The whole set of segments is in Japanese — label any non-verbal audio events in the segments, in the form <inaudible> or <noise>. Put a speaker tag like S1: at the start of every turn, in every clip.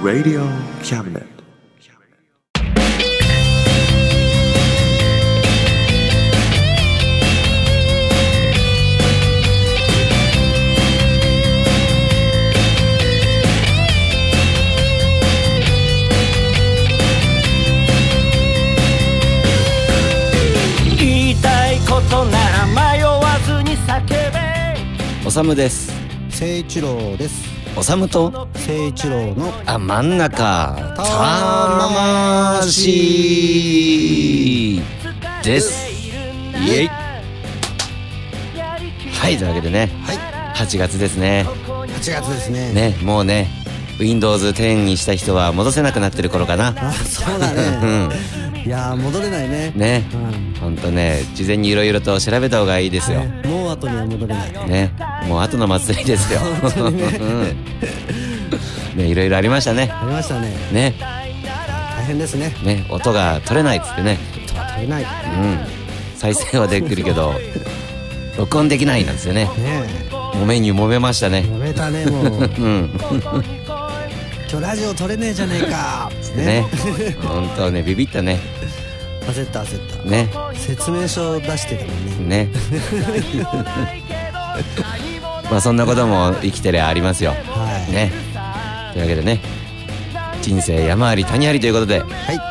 S1: Radio Cabinet.
S2: 言いたいことなら迷わずに叫べ
S3: おさむです
S4: 誠一郎です
S3: おさむと
S4: 誠一郎の
S3: あ真ん中
S4: 魂
S3: ですイエイはいというわけでね、
S4: はい
S3: 8月ですね
S4: 8月ですね
S3: ねもうね Windows 10にした人は戻せなくなってる頃かな
S4: あそうだねいやー戻れないね
S3: ね
S4: うん
S3: ほんとね事前にいろいろと調べた方がいいですよ
S4: もう後には戻れない
S3: ねもう後の祭りですよ <laughs> うんねいろいろありましたね
S4: ありましたね
S3: ね
S4: 大変ですね
S3: ね音が取れないっつってね
S4: 足りない
S3: う
S4: ね
S3: ん、再生はできるけど録音できないなんですよねもめに揉めました
S4: え
S3: ね
S4: 揉めたね <laughs> もう
S3: うん
S4: 今日ラジオ撮れねえじゃねえか
S3: ね本当ねビビったね
S4: 焦った焦った
S3: ね
S4: 説明書出してたもんね
S3: ね <laughs> まあそんなことも生きてりゃありますよ
S4: はい
S3: ねというわけでね人生山あり谷ありということで
S4: はいよ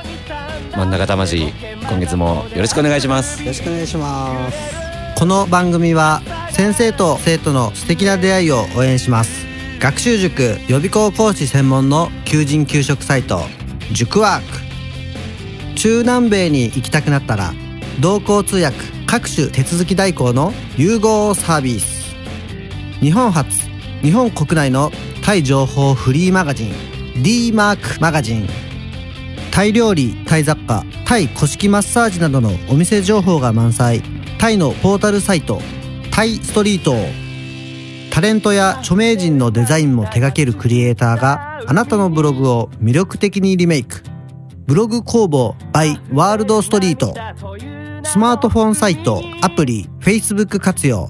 S3: 真ん中魂今月もよろしくお願いします
S4: ろしくお願いしますこの番組は先生と生徒の素敵な出会いを応援します学習塾予備校講師専門の求人・求職サイト塾ワーク中南米に行きたくなったら同行通訳各種手続き代行の融合サービス日本初日本国内のタイ情報フリーマガジン d マークマガジンタイ料理タイ雑貨タイ古式マッサージなどのお店情報が満載タイのポータルサイトタイストリートタレントや著名人のデザインも手掛けるクリエイターがあなたのブログを魅力的にリメイクブログ工房 by ワールドストリートスマートフォンサイトアプリ Facebook 活用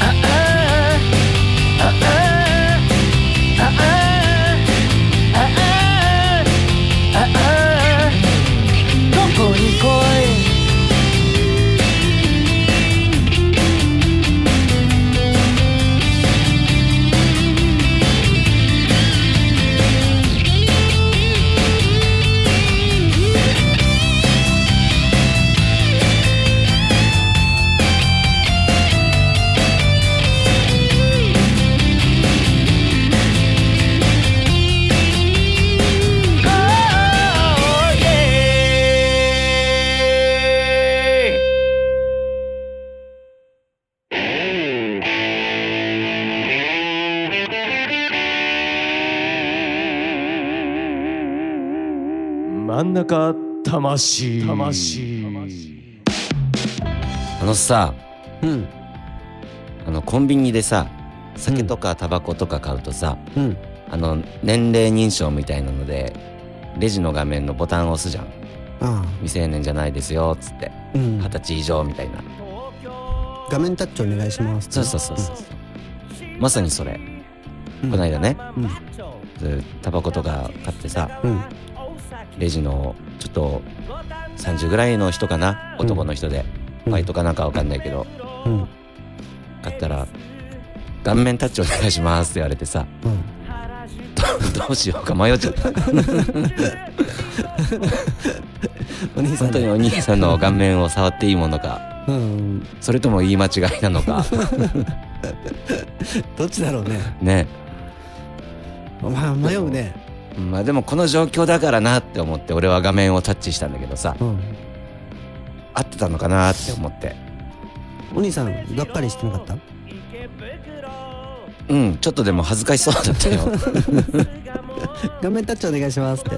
S2: ああああああああああここに来い
S5: 真ん中魂魂
S3: あのさ
S4: うん
S3: あのコンビニでさ酒とかタバコとか買うとさ、
S4: うん
S3: あの年齢認証みたいなのでレジの画面のボタンを押すじゃん
S4: あ
S3: 未成年じゃないですよっつって
S4: あうん
S3: 二十歳以上みたいな
S4: 画面タッチお願いします
S3: そうそうそうそうまさにそれ
S4: うん
S3: こないだね
S4: うん
S3: ずタバコとか買ってさ
S4: うん
S3: レ <laughs> ジのちょっと30ぐらいの人かな男の人で、
S4: うん
S3: バイトかなんかわかんないけど
S4: うん
S3: ったら「顔面タッチお願いします」って言われてさ、どど <laughs> うしようか迷っちゃ
S4: <laughs>
S3: ったお兄さんとお兄さんの顔面を触っていいものか
S4: うん
S3: それとも言い間違いなのか
S4: <laughs> どっちだろうね
S3: ね
S4: まあ迷うね
S3: まあでもこの状況だからなって思って俺は画面をタッチしたんだけどさ
S4: うん
S3: 合ってたのかなって思って
S4: お兄さんがっかりしてなかった
S3: うんちょっとでも恥ずかしそうだったよ <laughs>
S4: 画面タッチお願いしますって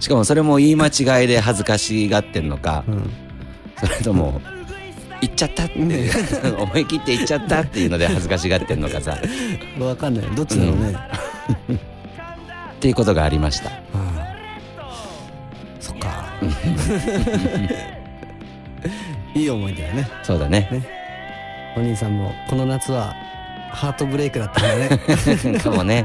S3: しかもそれも言い間違いで恥ずかしがってんのか
S4: うん
S3: それとも行っちゃったっていう <laughs> 思い切って行っちゃったっていうので恥ずかしがってんのかさっ
S4: <laughs> わかんないどっちだろうね、
S3: ていうことがありました
S4: ああそっか <laughs> いい思い出だね
S3: そうだね
S4: お兄さんもこの夏はハートブレイクだったんだ <laughs> ね
S3: <laughs> かもね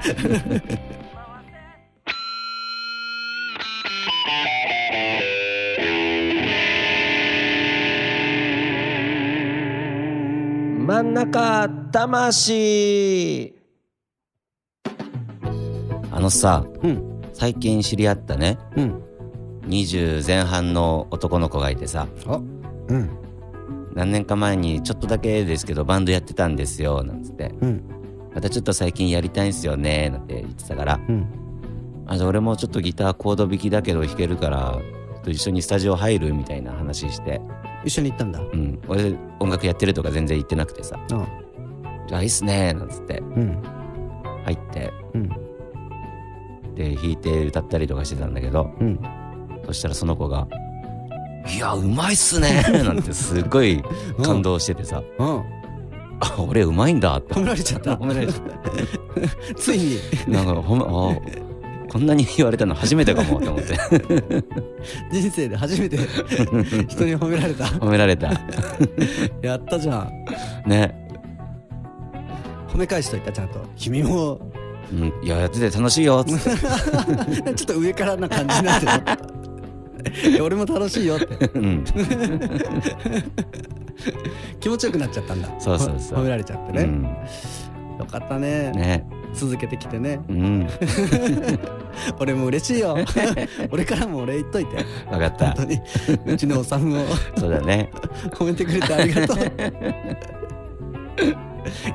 S5: 真ん中魂
S3: あのさ
S4: うん
S3: 最近知り合ったね
S4: うん
S3: 20前半の男の子がいてさ
S4: あうん
S3: 何年か前にちょっとだけですけどバンドやってたんですよなんつって
S4: うん
S3: またちょっと最近やりたいんすよねなんて言ってたから
S4: うん
S3: あじゃあ俺もちょっとギターコード弾きだけど弾けるからちょっと一緒にスタジオ入るみたいな話して、
S4: 一緒に行ったんだ
S3: うん、俺音楽やってるとか全然言ってなくてさ
S4: あ
S3: 「じゃあいいっすね」なんつって
S4: うん
S3: 入って
S4: うん
S3: で弾いて歌ったりとかしてたんだけど
S4: うん
S3: そしたらその子が「いやうまいっすね」 <laughs> なんてすっごい感動しててさ「
S4: うん
S3: あ俺うまいんだ」って
S4: 褒められちゃ
S3: <laughs>
S4: った
S3: 褒められちゃっ
S4: ついに
S3: たなんかほん、あこんなに言われたの初めてかもって思
S4: <laughs>
S3: って
S4: 人生で初め <laughs> て人に褒められた
S3: 褒められた
S4: やったじゃん
S3: ね、
S4: 褒め返しといたちゃんと君も
S3: うん、いややってて楽しいよっつって
S4: ちょっと上からな感じにな <laughs> ってるいや俺も楽しいよって <laughs>
S3: うん、
S4: 気持ちよくなっちゃった <laughs> んだ
S3: そうそうそう
S4: ほ褒められちゃって
S3: う
S4: ね、
S3: ん、
S4: よかったね
S3: ね、
S4: 続けてきてね
S3: うん、
S4: 俺も嬉しい <laughs> よ俺からもお礼言っといて
S3: わかっ
S4: 本
S3: た
S4: 当。にうちのおさむを
S3: そうだね。
S4: 褒めてくれてありがと <laughs> う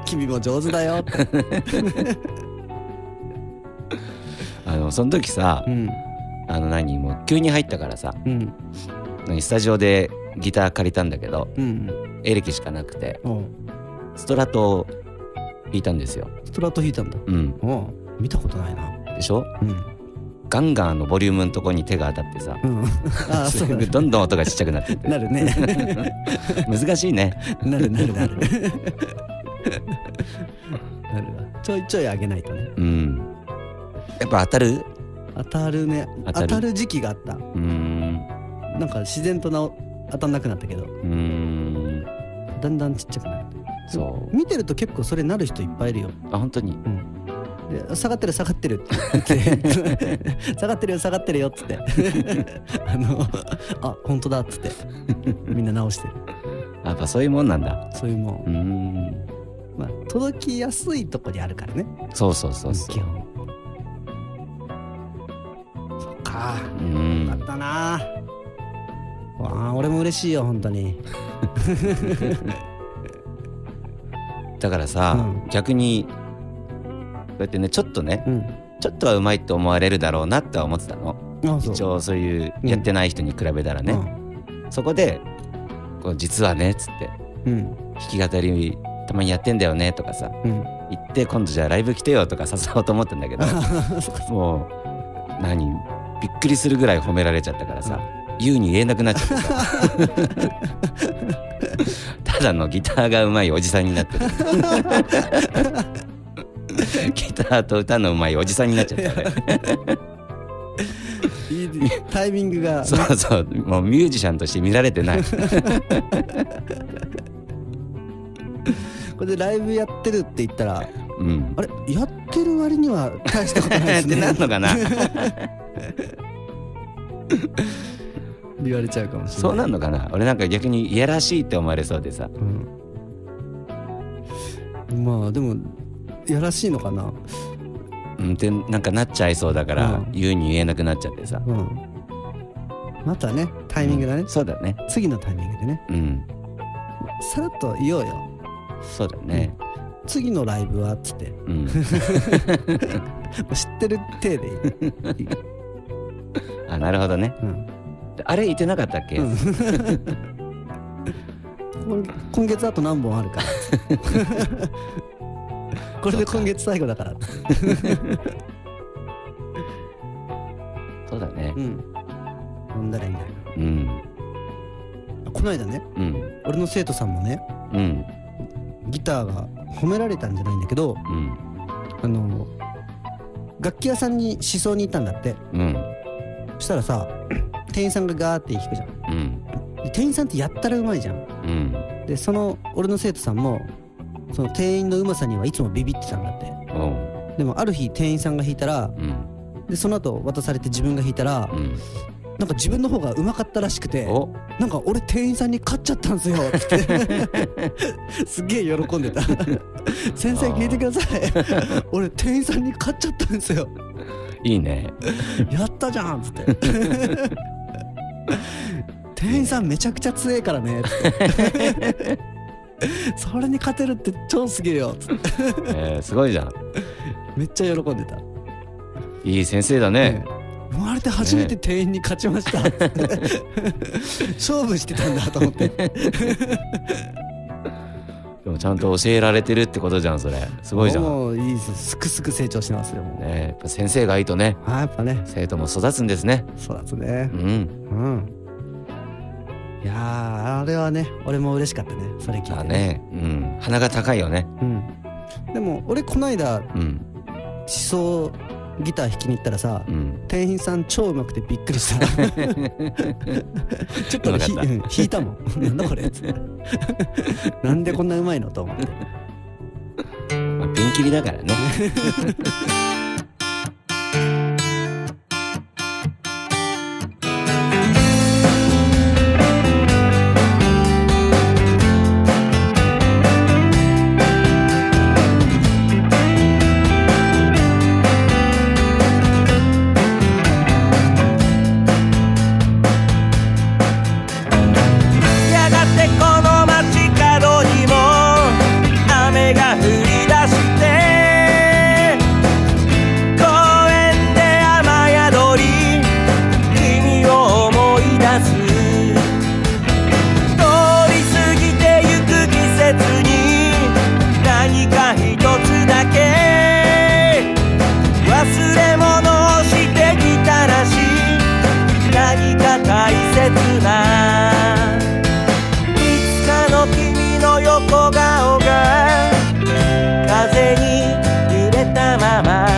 S4: 君も上手だよって
S3: あの、その時さ
S4: う、ん
S3: あの、何、もう急に入ったからさ、
S4: うん
S3: 何スタジオでギター借りたんだけど、
S4: うん
S3: エレキしかなくて、
S4: おう
S3: ストラトを弾いたんですよ。
S4: ストラット弾いたんだ
S3: うん、
S4: おう見たことないな
S3: でしょ
S4: うん
S3: ガンガンあのボリュームのとこに手が当たってさ、
S4: うん
S3: <laughs>
S4: あ <laughs> あそうだ
S3: どんどん音がちっちゃくなってっ
S4: な
S3: て、
S4: <laughs> るね
S3: 難しいね。
S4: なるなるなるなるわちょいちょい上げないとね
S3: うん。やっぱ当たる
S4: 当たるね
S3: 当
S4: 当
S3: た
S4: た
S3: る
S4: る時期があった
S3: うーん、
S4: なんか自然となお当たんなくなったけど
S3: うーん、
S4: だんだんちっちゃくなる
S3: そう。
S4: 見てると結構それなる人いっぱいいるよ
S3: あ、本当に。
S4: で下がってる下がってるって言って下がって <laughs> るよ下がってるよっつって <laughs> あのあ本当だっつってみんな直してる
S3: やっぱそういうもんなんだ。
S4: そういうもん
S3: うーん。
S4: まあ届きやすいとこにあるからね
S3: そうそうそうそう。
S4: 基本そっか
S3: う
S4: よか
S3: ん
S4: っ。たなわあ俺も嬉しいよ本当に
S3: だからさ、
S4: う
S3: 逆にこうやってねちょっとね
S4: うん
S3: ちょっとはうまいと思われるだろうなって思ってたの
S4: あそう
S3: 一応そういう
S4: うん
S3: やってない人に比べたらね、そこでこう「実はね」っつって
S4: うん
S3: 弾き語りたまにやってんだよねとかさ
S4: うんうん
S3: 言って今度じゃあライブ来てよとか誘おうと思ったんだけどもう何びっくりするぐらい褒められちゃったからさ、言うに言えなくなっちゃってさただのギターがうまいおじさんになってるギターと歌のうまいおじさんになっちゃったね
S4: いい <laughs> タイミングが
S3: そうそうもうミュージシャンとして見られてない
S4: これでライブやってるって言ったら
S3: うん
S4: あれやってる割には大
S3: <laughs>
S4: したことないで
S3: っ
S4: す
S3: て
S4: ね
S3: なんのかな
S6: 言われちゃうかもしれない
S3: そうなんのかな俺なんか逆にいやらしいって思われそうでさ
S6: うんまあでもやらしいのかな、
S3: うんってなんかなっちゃいそうだから、
S6: うん
S3: 言うに言えなくなっちゃってさ
S6: うん、またねタイミングだね、
S3: そうだね
S6: 次のタイミングでね
S3: うん
S6: さらっと言おうよ
S3: そうだね
S6: 次のライブはっつって
S3: うん
S6: 知ってる体でいい、
S3: あなるほどね
S6: うん
S3: あれ言ってなかったっけ、
S6: うんこれ今月あと何本あるかこれで今月最後だから
S3: そうだね
S6: うん飲んだらいいんだよ
S3: うん
S6: この間ね
S3: うん
S6: 俺の生徒さんもね
S3: うん
S6: ギターが褒められたんじゃないんだけど
S3: うん
S6: あの楽器屋さんに思想に行ったんだって
S3: うん
S6: そしたらさ店員さんがガーって弾くじゃん
S3: うん
S6: で店員さんってやったらうまいじゃん
S3: うん
S6: でその俺の生徒さんもその店員のうまさにはいつもビビってたんだって
S3: おう
S6: でもある日店員さんが弾いたら
S3: うん
S6: でその後渡されて自分が弾いたら
S3: うん
S6: なんか自分の方がうまかったらしくて
S3: お
S6: なんか俺店員さんに勝っちゃったんすよってすっげえ喜
S3: <laughs>
S6: んでた先生聞いてください <laughs> 俺店員さんに勝っちゃったんですよ
S3: いいね
S6: やったじゃんっつって
S3: <laughs>
S6: 店員さんめちゃくちゃ強えか
S3: <laughs>
S6: らねっつってそれに勝てるって超すげえよっつって
S3: えーすごいじゃん
S6: めっちゃ喜んでた、
S3: いい先生だね、
S6: 生まれて初めて店員に勝ちま
S3: <laughs>
S6: した、っつって勝負してたんだと思って
S3: でもちゃんと教えられてるってことじゃんそれすごいじゃん、ね
S6: もういいですすくすく成長してますよもう、
S3: え、やっぱ先生がいいとね
S6: あやっぱね
S3: 生徒も育つんですね
S6: そうですね
S3: うん
S6: うんいやーあれはね俺も嬉しかったねそれ聞いて
S3: だねうん鼻が高いよね
S6: うん、でも俺こないだ
S3: うん
S6: 思想ギター弾きに行ったらさ、
S3: うん
S6: 店員さん超うまくてびっくり <laughs> したちょっと俺ひ
S3: うまか
S6: う
S3: った
S6: ん弾いたもん <laughs> なんだこれつってなんでこんなうまいのと思って
S3: まあ、ピンキリだからね
S2: やがてこの街角にも雨が降り出して公園で雨宿り君を思い出す通り過ぎてゆく季節に何か一つだけ忘れ物をしてきたらしい何か大切ないつかの君の横顔が風に揺れたまま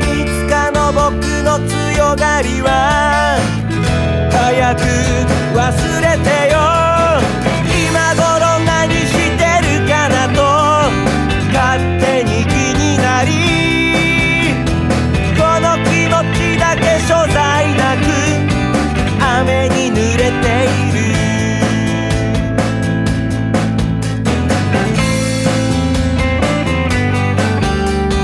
S2: いつかの僕の強がりは早く忘れてよ今頃何してるかなと勝手に気になりこの気持ちだけ所在なく雨に濡れている「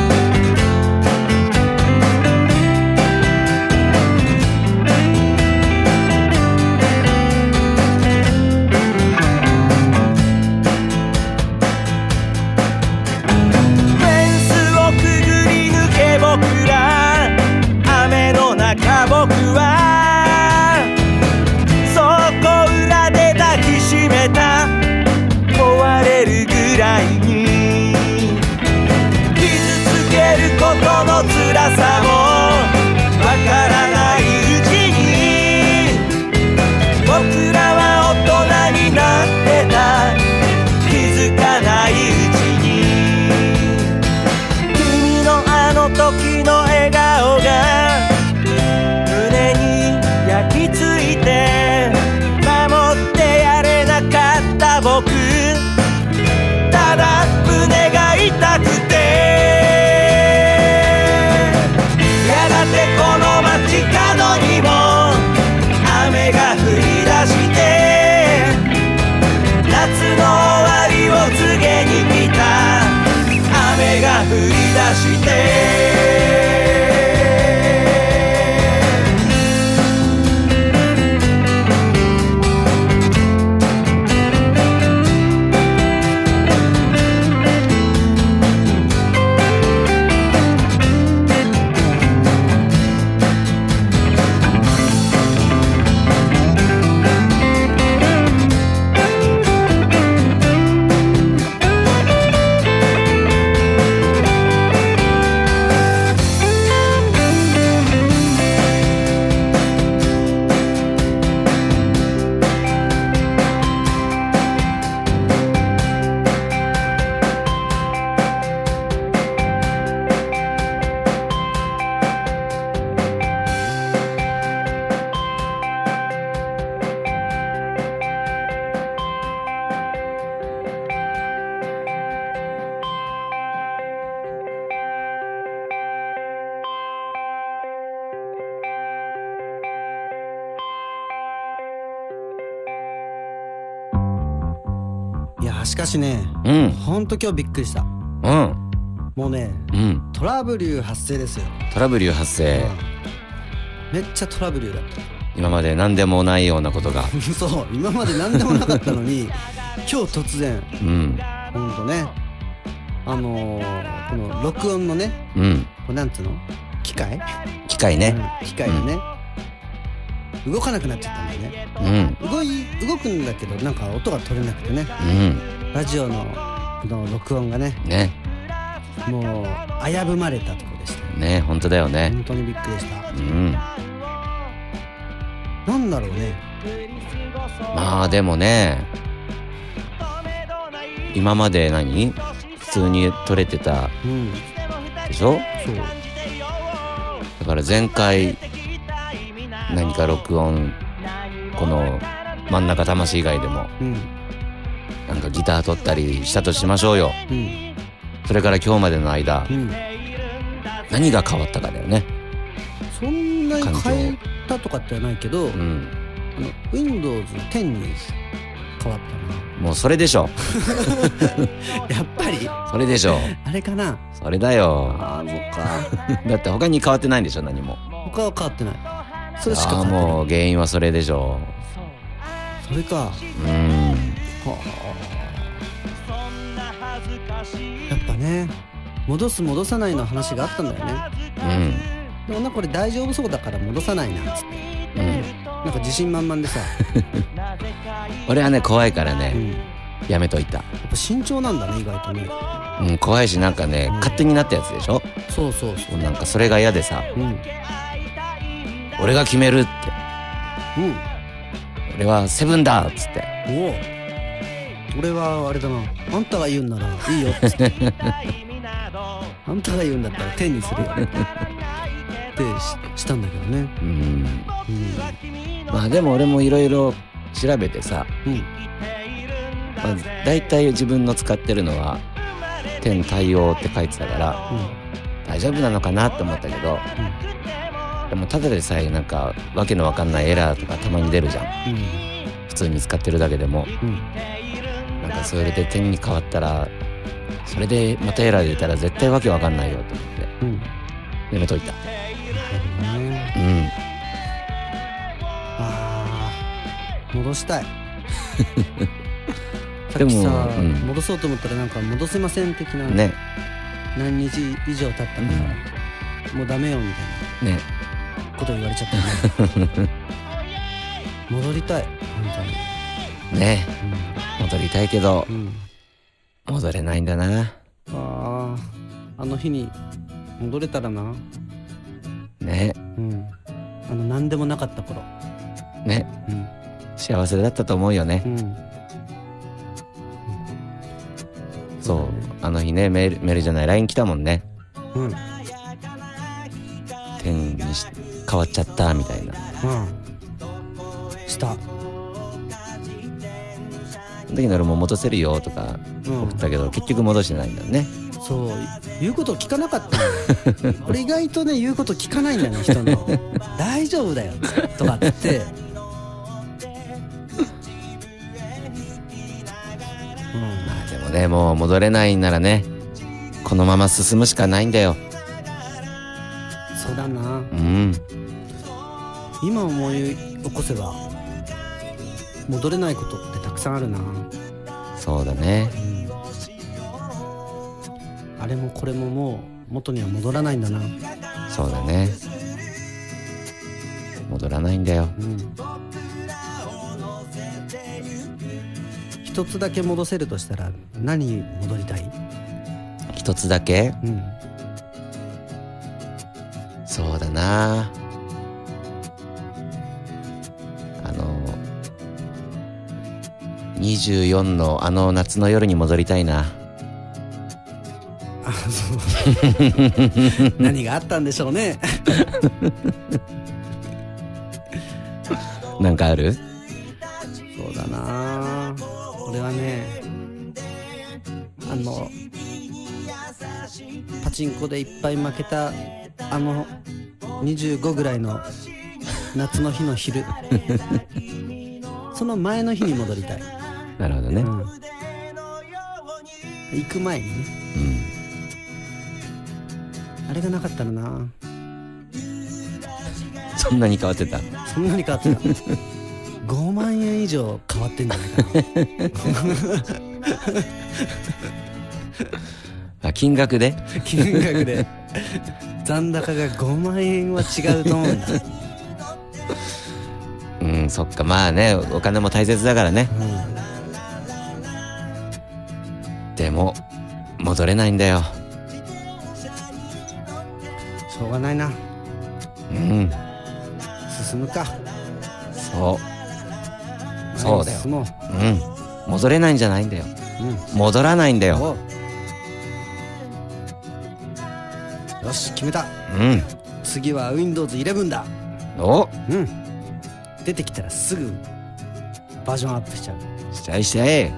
S6: やしかしね
S3: うん
S6: ほんと今日びっくりした
S3: うん
S6: もうね
S3: うん
S6: トラブル発生ですよ、
S3: トラブル発生
S6: めっちゃトラブルだった
S3: 今まで何でもないようなこと
S6: <laughs>
S3: が
S6: そう今まで何でもなかったのに今日突然
S3: うん
S6: ほんとねあのー、この録音のね
S3: うん
S6: これなんつうの機械、
S3: 機械ね
S6: うん機械がね、動かなくなっちゃったんだよね
S3: うん
S6: 動い動くんだけどなんか音が取れなくてね
S3: うん
S6: ラジオのこの録音がね
S3: ね
S6: もう危ぶまれたところでした
S3: ね本当だよね
S6: 本当にびっくりした
S3: うん
S6: なんだろうね
S3: まあでもね今まで何普通に撮れてた
S6: うん
S3: でしょ
S6: そう
S3: だから前回何か録音この真ん中魂以外でも
S6: うん
S3: なんかギター取ったりしたとしましょうよ
S6: うん
S3: それから今日までの間
S6: うん
S3: 何が変わったかだよね
S6: そんなに
S3: 環境
S6: 変えたとかってはないけど、
S3: うん
S6: あの Windows10 に変わっ
S3: もうそれでしょ
S6: た <laughs> なやっぱり
S3: それでしょ
S6: あれかな
S3: それだよ
S6: ああそっか
S3: <laughs> だって他に変わってないんでしょ何も
S6: 他は変わってないそれし
S3: あ
S6: か
S3: あ
S6: 変わっ
S3: もう原因はそれでしょ
S6: てないそれか
S3: うん
S6: やっぱね戻す戻さないの話があったんだよね
S3: うん
S6: でもなこれ大丈夫そうだから戻さないなっつって
S3: うん
S6: なんか自信満々
S3: <laughs>
S6: でさ、
S3: 俺はね怖いから
S6: う
S3: ね
S6: ん、や
S3: やめといた
S6: っぱ慎重なんだね意外とね
S3: うん怖いしなんかね勝手になったやつでしょ
S6: そうそうそ
S3: もうなんかそれが嫌でさ
S6: ううんうん
S3: 俺が決めるって俺はセブンだっつって
S6: おお俺はあれだなあんたが言うんならいいよっつって
S3: <laughs>
S6: あんたが言うんだったら手にするよってししたんだけどね
S3: うんまあでも俺もいろいろ調べてさ、
S6: うん
S3: まあ、大体自分の使ってるのは「天対応」って書いてたから
S6: うん
S3: 大丈夫なのかなって思ったけど、でもただでさえなんかわけのわかんないエラーとかたまに出るじゃん普通に使ってるだけでも、
S6: うん
S3: なんかそれで点に変わったらそれでまたエラー出たら絶対わけわかんないよと思って
S6: うんうん
S3: やめといた
S6: なるほどね
S3: うん
S6: あー戻し
S3: <laughs>
S6: たいさ
S3: で
S6: っ
S3: も
S6: きさ、
S3: うん
S6: 戻そうと思ったらなんか戻せません的な、
S3: ね
S6: 何日以上経ったから、もうダメよみた
S3: ね
S6: いなこと言われちゃったね戻りたい本
S3: ね
S6: 当に
S3: 戻りたいけど
S6: うん、うん、
S3: 戻れないんだな
S6: あーあの日に戻れたらな
S3: ね
S6: うんあの何でもなかった頃
S3: ね
S6: うん
S3: 幸せだったと思うよね
S6: うん
S3: そうあの日ねメールメールじゃない LINE 来たもんね
S6: うんうん
S3: 天にし変わっちゃったみたいな
S6: した
S3: その時に俺も戻せるよとか
S6: うん
S3: 送ったけど結局戻してないんだよね
S6: そう言うことを聞かなかったの俺意外とね言うこと聞かないんだよね人の「大丈夫だよ」とかって
S3: まあでもねもう戻れないならねこのまま進むしかないんだよ
S6: うんそうだな
S3: うん
S6: 今思い起こせば戻れないことってたくさんあるな、う
S3: そうだね
S6: ん、あれもこれももう元には戻らないんだな
S3: そうだね戻らないんだよ
S6: うん一つだけ戻せるとしたら何に戻りたい
S3: 一つだけ
S6: うん
S3: そうだなあの24のあの夏の夜に戻りたいな
S6: あそう <laughs> 何があったんでしょうね
S3: なんかある
S6: そうだな俺はねあのパチンコでいっぱい負けたあの25ぐらいの夏の日の昼 <laughs> その前の日に戻りたい、
S3: なるほどね
S6: うん行く前にね
S3: うん
S6: あれがなかったらな
S3: そんなに変わってた
S6: そんなに変わってた5万円以上変わってんじゃないかな
S3: あ金額で <laughs>
S6: 金額で残高が5万円は違うと思うんだ、
S3: うんそっかまあねお金も大切だからねでも戻れないんだよ
S6: しょうがないな
S3: うん
S6: 進むか
S3: そうそうだよ
S6: 進もう
S3: うん戻れないんじゃないんだよ
S6: う
S3: 戻らないんだ
S6: ん
S3: よ
S6: おうよし決めた
S3: うん
S6: 次は Windows11 だ
S3: お
S6: うん出てきたらすぐバージョンアップしちゃう
S3: しちゃいしちゃえ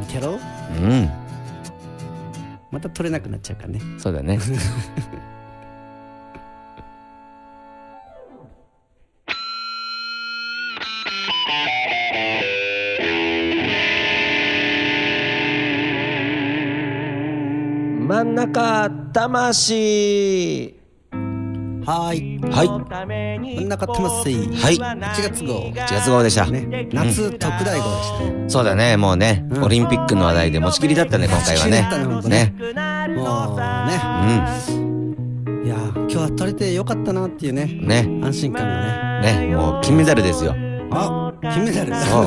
S6: 見てろ
S3: うん
S6: また取れなくなっちゃうからね
S3: そうだ <laughs> ね
S5: 真ん中魂
S6: はーい
S3: はい
S6: 真ん中魂
S3: はい
S6: 1月号
S3: 1月号でした、
S6: ね夏特大号でしたね
S3: そうだねもうね、
S6: うん
S3: オリンピックの話題で持ちきりだったね今回は
S6: 持ちきりだったね本当
S3: ねね
S6: もうねいやー今日は取れてよかったなっていうね
S3: うんね
S6: 安心感がね
S3: ねもう金メダルですよ
S6: あ金メダル <laughs> なんかわ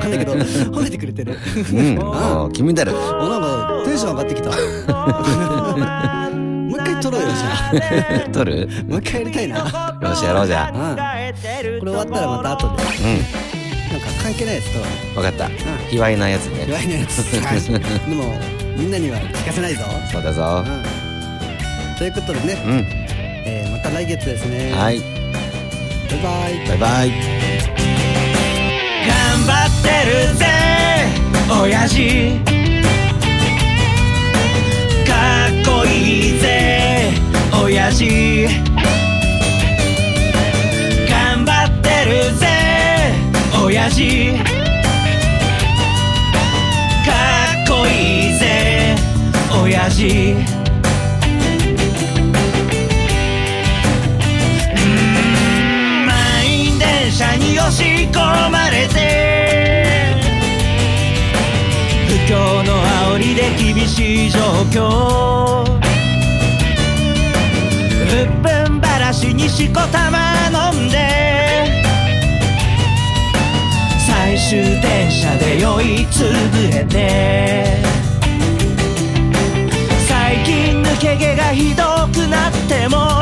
S6: かんないけど褒めてくれてる
S3: うんもう金メダル
S6: あなんかテンション上がってきた <laughs> もう一回撮ろうよじゃ
S3: <laughs> 取る
S6: あもう一回やりたいな
S3: <laughs> よしやろうじゃ
S6: う
S3: あ
S6: んこれ終わったらまた後で
S3: う
S6: なんか関係ないやつとは
S3: ん分かった卑猥なやつ
S6: 言
S3: ね
S6: わないやつでもみんなには聞かせないぞ、
S3: <laughs> そうだぞ
S6: うん、ということでね、
S3: うん
S6: えーまた来月ですね
S3: はい
S6: バイバ
S3: バ
S6: イ
S3: イバイ
S2: 頑張ってるぜ親父かっこいいぜ親父頑張ってるぜ親父かっこいいぜ親父満員電車に押し込まれて不況の煽りで厳しい状況うっぷんばらしにしこたま飲んで最終電車で酔いつぶれて最近抜け毛がひどくなっても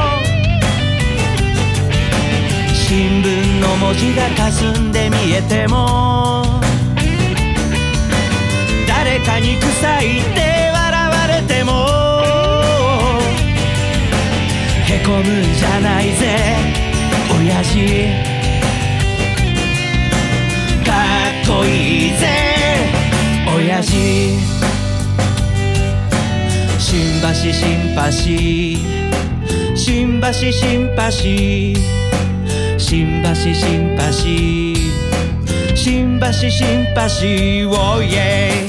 S2: 新聞の文字が霞んで見えても誰かに臭いって笑われてもへこむんじゃないぜ親父かっこいいぜ親父新橋新橋新橋新橋新橋新橋新橋新橋おいえ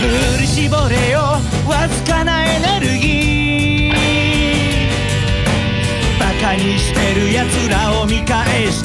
S2: 振り絞れよわずかなエネルギーバカにしてるやつらを見返し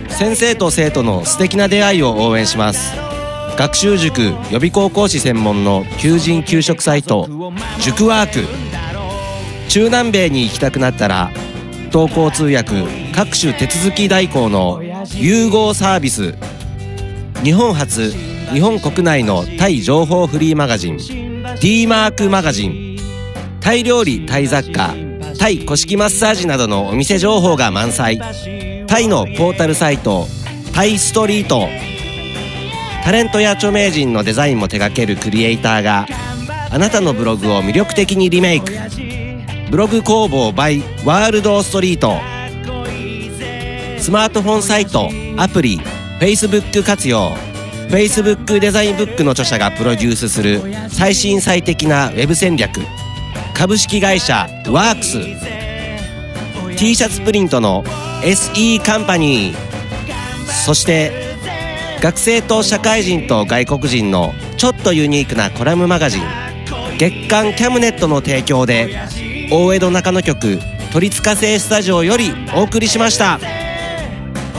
S5: 先生と生徒の素敵な出会いを応援します学習塾予備高校師専門の求人・求職サイト塾ワーク中南米に行きたくなったら東交通訳各種手続き代行の融合サービス日本初日本国内のタイ情報フリーマガジン d マークマガジンタイ料理タイ雑貨タイ古式マッサージなどのお店情報が満載タイのポータルサイトタイストリートタレントや著名人のデザインも手掛けるクリエイターがあなたのブログを魅力的にリメイクブログ工房 by ワールドストリートスマートフォンサイトアプリ Facebook 活用 Facebook デザインブックの著者がプロデュースする最新最適なウェブ戦略株式会社ワークス t シャツプリントの SE カンパニーそして学生と社会人と外国人のちょっとユニークなコラムマガジン月刊キャムネットの提供で大江戸中野局「鳥塚製スタジオ」よりお送りしました。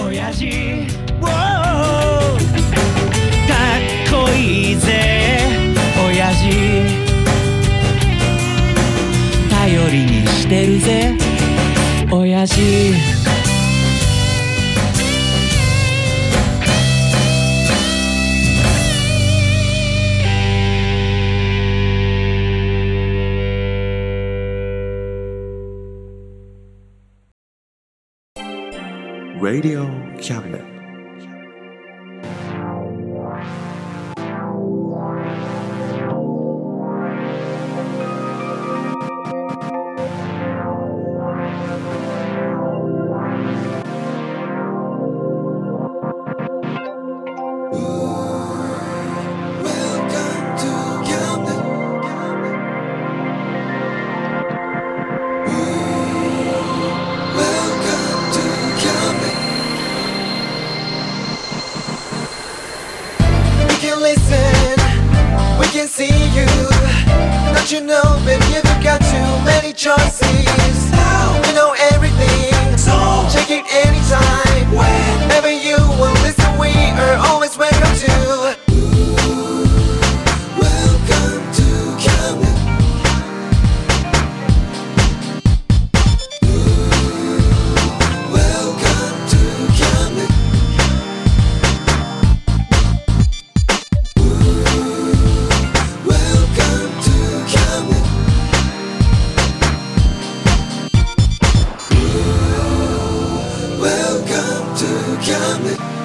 S2: 親父 Wow かっこいいぜ親父頼りにしてるぜ親父
S1: Radio Cabinet.
S7: We can listen, we can see you. Don't you know, baby, you've got too many choices. You know everything, so check it anytime. Whenever you will listen, we are always welcome to. Welcome to Camden. Welcome to Camden. Welcome to Camden. Welcome to Camden.